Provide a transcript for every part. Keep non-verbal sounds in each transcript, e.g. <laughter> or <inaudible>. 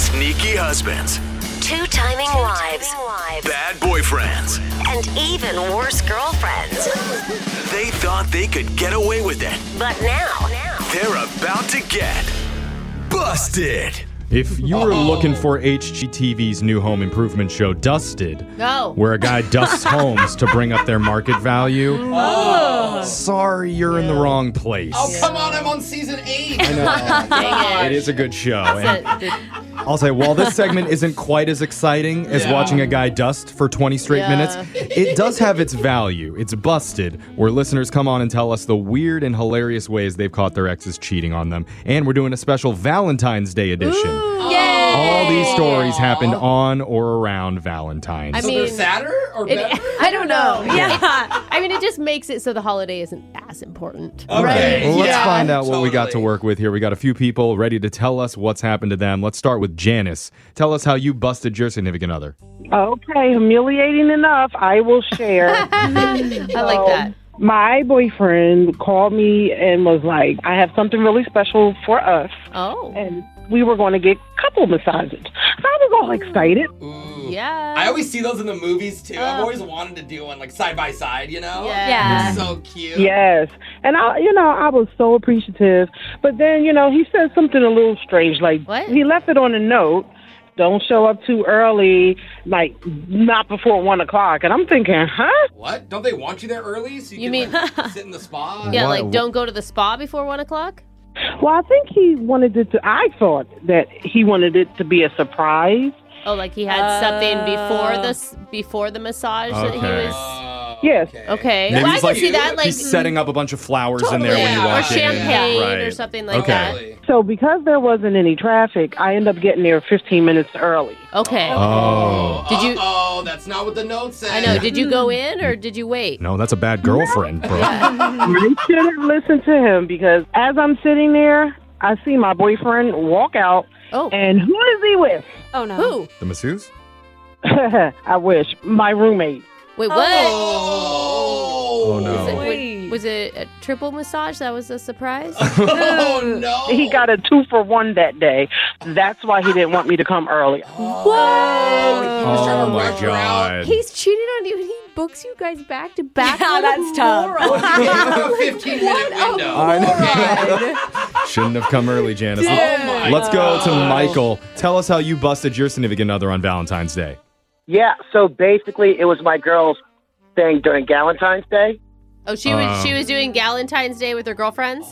sneaky husbands, Two timing wives. bad boyfriends. And even worse girlfriends. They thought they could get away with it. But now, now They're about to get busted. If you Oh. were looking for HGTV's new home improvement show, Dusted, No. where a guy <laughs> dusts homes to bring up their market value, Oh. sorry, you're in the wrong place. Oh, come on, I'm on season eight. <laughs> It is a good show. And I'll say, while this <laughs> segment isn't quite as exciting as Yeah. watching a guy dust for 20 straight Yeah. minutes, it does have its value. It's busted, where listeners come on and tell us the weird and hilarious ways they've caught their exes cheating on them. And we're doing a special Valentine's Day edition. Yay! All these stories happened on or around Valentine's. I so mean- they're sadder or <laughs> It- better? I don't know. Yeah. It- I mean, it just makes it so the holiday isn't as important. Okay. Well, let's Yeah, find out what we got to totally. work with here. We got a few people ready to tell us what's happened to them. Let's start with Janice. Tell us how you busted your significant other. Okay, humiliating enough. I will share. I like that. My boyfriend called me and was like, I have something really special for us. Oh, And we were going to get couple massages. So I was all excited. Ooh. yeah. I always see those in the movies too. I've Oh. always wanted to do one like side by side, you know? Yeah. It's so cute. Yes. And I, you know, I was so appreciative. But then, you know, he said something a little strange. Like, What? he left it on a note. Don't show up too early, like not before one o'clock. And I'm thinking, huh? What? Don't they want you there early so you, You mean- can <laughs> like, sit in the spa? yeah, Why- like don't go to the spa before one o'clock. Well, I think he wanted it to, I thought that he wanted it to be a surprise. Oh, like he had something before the s- before the massage that Okay. he was. Oh, Yes. Okay, Maybe well, I he's can like- see that. Like He's setting up a bunch of flowers in there when you Totally. walk or in. champagne Right. or something like Okay. that. So because there wasn't any traffic, I ended up getting there 15 minutes early. Okay. Oh. Did you- Oh, that's not what the note said. I know. Did you <laughs> go in or did you wait? No, that's a bad girlfriend, bro. Mm-hmm. I should have listened to him because as I'm sitting there, I see my boyfriend walk out, Oh, and who is he with? <laughs> Oh no. who? the masseuse? I wish my roommate. Wait, what? Oh. Oh, no. Was it, Wait. was, was it a triple massage? That was a surprise? Oh, <laughs> no. He got a two for one that day. That's why he didn't want me to come earlier. Oh, he was trying Oh to my rush her out. god. He's cheated on you and he books you guys back to back. Yeah, What a that's tough. moron. He gave her a 15 minute window. I know. Okay. Shouldn't have come early, Janice. Oh my Let's go to God. Michael. Tell us how you busted your significant other on Valentine's Day. Yeah, so basically it was my girl's thing during Valentine's Day. <laughs> Oh, she was Um. she was doing Valentine's Day with her girlfriends.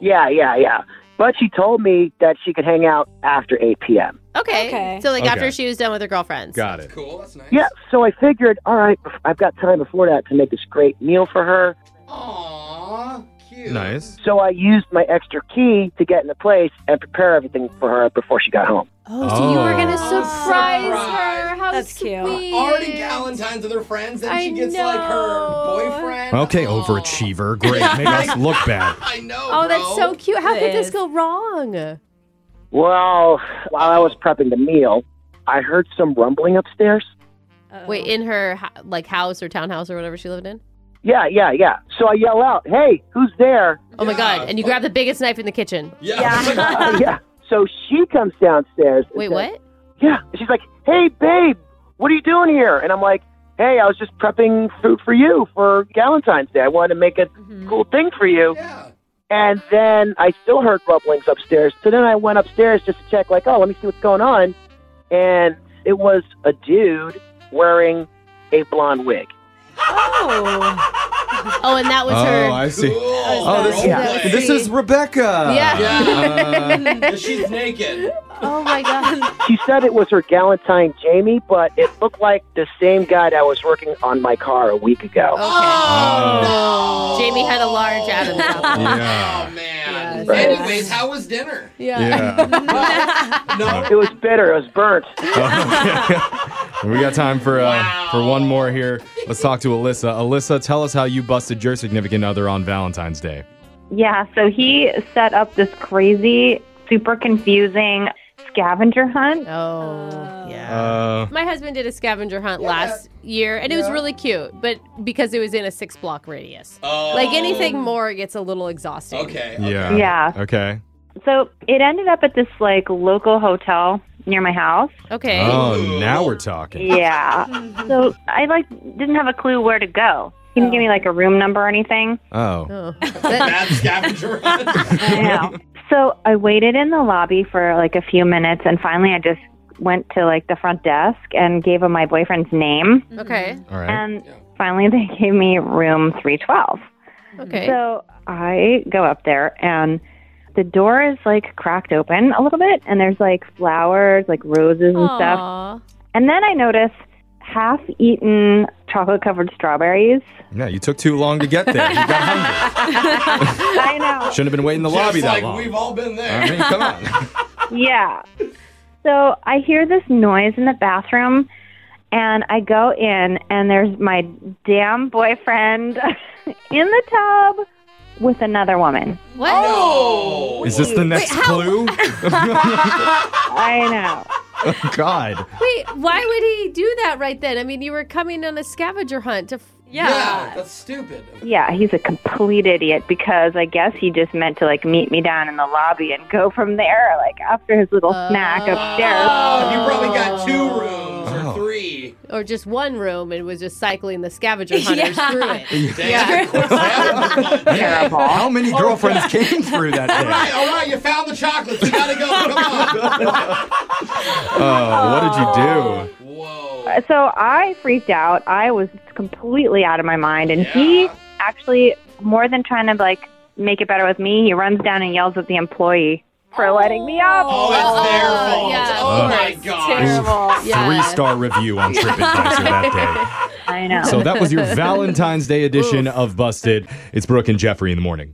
Yeah, yeah, yeah. But she told me that she could hang out after 8 p.m. Okay. Okay. So like Okay. after she was done with her girlfriends. Got it. Cool. That's nice. Yeah, so I figured, all right, I've got time before that to make this great meal for her. Aw, cute. Nice. So I used my extra key to get in the place and prepare everything for her before she got home. Oh, so you were Oh. gonna surprise Surprise. her. How That's sweet. cute. Already Valentine's with her friends, then I she gets like her know. boyfriend. Okay, Aw. overachiever. <laughs> Great. Make us look bad. I know. Oh, that's bro. so cute. How could It this is. go wrong? Well, while I was prepping the meal, I heard some rumbling upstairs. Wait, in her ho- like house or townhouse or whatever she lived in. Yeah, yeah, yeah. So I yell out, hey, who's <laughs> there? Oh my Yeah, god! And you fuck. grab the biggest knife in the kitchen. Yeah. Uh, yeah. So she comes downstairs. and Wait, says, what? Yeah. And she's like, hey, babe, what are you doing here? And I'm like, hey, I was just prepping food for you for Valentine's Day. I wanted to make a Mm-hmm. cool thing for you. <laughs> <laughs> yeah. And then I still heard rumblings upstairs. So then I went upstairs just to check, like, oh, let me see what's going on. And it was a dude wearing a blonde wig. Oh. Oh, and that was her. see. Oh, Oh, this, yeah. this is Rebecca. Yeah. Yeah. She's naked. Oh my god! She said it was her Galentine Jamie, but it looked like the same guy that was working on my car a week ago. Oh, <laughs> no. Jamie had a large Adam's <laughs> apple. Oh, yeah. man. Yes. Anyways, how was dinner? Uh, Yeah. <laughs> No. It was bitter. It was burnt. we got time for uh, Wow. for one more here. Let's talk to Alyssa. Alyssa, tell us how you busted your significant other on Valentine's Day. Yeah, so he set up this crazy, super confusing scavenger hunt. Oh, yeah. Uh, My husband did a scavenger hunt Yeah. last year, and it was Yeah. really cute, but because it was in a six block radius. Oh. Like anything more gets a little exhausting. Okay. okay. yeah. Yeah. Okay. So it ended up at this like local hotel near my house. Okay. Oh, now we're talking. Yeah. so I like didn't have a clue where to go. He didn't give me like a room number or anything. Oh. Bad <laughs> scavenger hunt. So I waited in the lobby for like a few minutes, and finally I just went to like the front desk and gave him my boyfriend's name. Okay. All right. And finally they gave me room 312. Okay. So I go up there and the door is like cracked open a little bit and there's like flowers, like roses and stuff. Aw. And then I notice half eaten chocolate covered strawberries. Yeah, you took too long to get there. You got hungry. I know. <laughs> Shouldn't have been waiting in the lobby Just that like long. we've all been there. I mean, come <laughs> on. Yeah. So I hear this noise in the bathroom, and I go in, and there's my damn boyfriend <laughs> in the tub with another woman. What? Is this the next clue? <laughs> I know. oh, God. Wait, why would he do that right then? I mean, you were coming on a scavenger hunt to. F- Yeah. that's stupid. Yeah, he's a complete idiot because I guess he just meant to like meet me down in the lobby and go from there, like after his little snack upstairs. Oh, you probably got two rooms or Oh. three. or just one room and was just cycling the scavenger hunters Yeah. through it. Dang, Yeah. <laughs> quick scavenger hunt. Terrible. How many girlfriends came through All that <laughs> right, day? all right, you found the chocolates. You gotta <laughs> go. Come on. Oh, what did you do? Whoa. Uh, So I freaked out. I was completely out of my mind, and he Yeah. actually more than trying to like make it better with me, he runs down and yells at the employee for letting me up. Oh, it's their Oh, fault. yeah, oh of my course. gosh. Yeah. Three star review on TripAdvisor that I know. day. So that was your Valentine's Day edition of Busted. It's Brooke and Jeffrey in the morning.